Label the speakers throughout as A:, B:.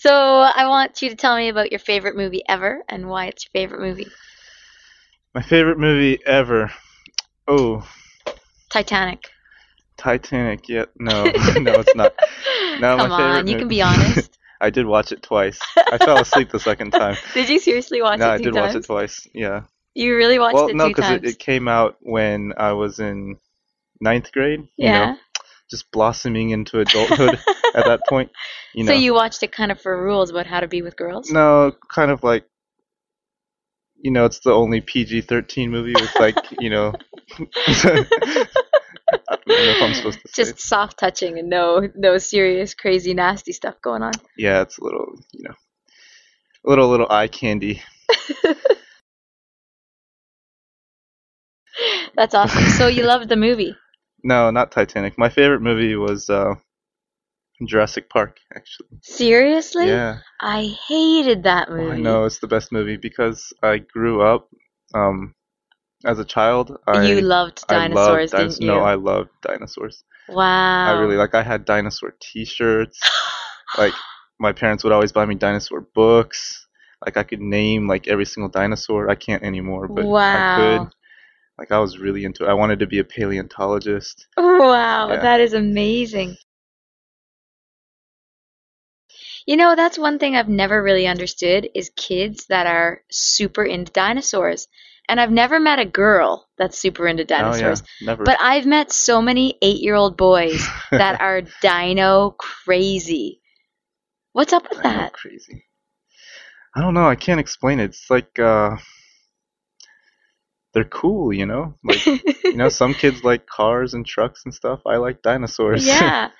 A: So I want you to tell me about your favorite movie ever and why it's your favorite movie.
B: My favorite movie ever. Oh,
A: Titanic.
B: Titanic. Yeah, no, Oh, no, it's not. No,
A: Come
B: my favorite
A: on, you can
B: movie-
A: be honest.
B: I did watch it twice. I fell asleep the second time.
A: Did you seriously watch
B: no,
A: it
B: I
A: two
B: did
A: times?
B: watch it twice. Yeah.
A: You really watched
B: well,
A: it
B: no,
A: two times.
B: it, it came out when I was in ninth grade. You
A: yeah.
B: know, just blossoming into adulthood at that point. You know.
A: So you watched it kind of for rules about how to be with girls.
B: No, kind of like. You know, it's the only PG-13 movie with like you know. I don't know if I'm supposed to say.
A: Just soft touching and no no serious crazy nasty stuff going on.
B: Yeah, it's a little, you know, a little little eye candy.
A: That's awesome. So you loved the movie.
B: No, not Titanic. My favorite movie was uh, Jurassic Park, actually.
A: Seriously?
B: Yeah,
A: I hated that movie.
B: Well, I know it's the best movie because I grew up um, as a child. I
A: you loved
B: I loved
A: dinosaurs,
B: dinos-
A: didn't you? Oh.
B: No, I loved dinosaurs.
A: wow.
B: I really like. I had dinosaur T-shirts. like my parents would always buy me dinosaur books. Like I could name like every single dinosaur. I can't anymore, but I
A: Wow.
B: could. Like I was really into it. I wanted to be a paleontologist.
A: Wow,
B: Yeah.
A: that is amazing. You know, that's one thing I've never really understood is kids that are super into dinosaurs. And I've never met a girl that's super into dinosaurs.
B: Oh yeah, never.
A: But I've met so many eight-year-old boys that are dino crazy. What's up with
B: I know,
A: that?
B: crazy. I don't know. I can't explain it. It's like uh, they're cool, you know. Like you know, some kids like cars and trucks and stuff. I like dinosaurs.
A: Yeah.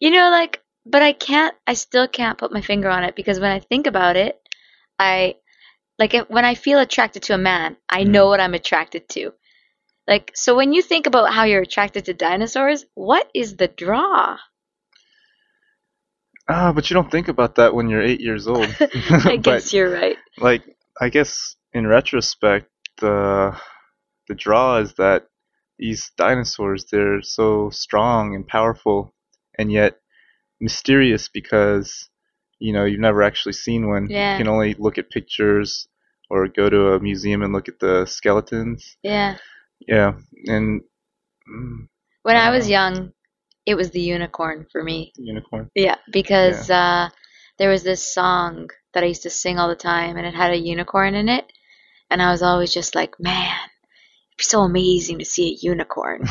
A: You know, like, but I can't, I still can't put my finger on it because when I think about it, I, like, if, when I feel attracted to a man, I
B: Mm.
A: know what I'm attracted to. Like, so when you think about how you're attracted to dinosaurs, what is the draw?
B: ah, but you don't think about that when you're eight years old.
A: I
B: But-
A: guess you're right.
B: like I guess in retrospect, the the draw is that these dinosaurs they're so strong and powerful, and yet mysterious because you know you've never actually seen one.
A: Yeah.
B: You can only look at pictures or go to a museum and look at the skeletons.
A: Yeah.
B: Yeah, and mm,
A: When I was
B: Wow.
A: young, it was the unicorn for me.
B: unicorn.
A: Yeah, because uh, there was this song that I used to sing all the time, and it had a unicorn in it, and I was always just like, man, it'd be so amazing to see a unicorn.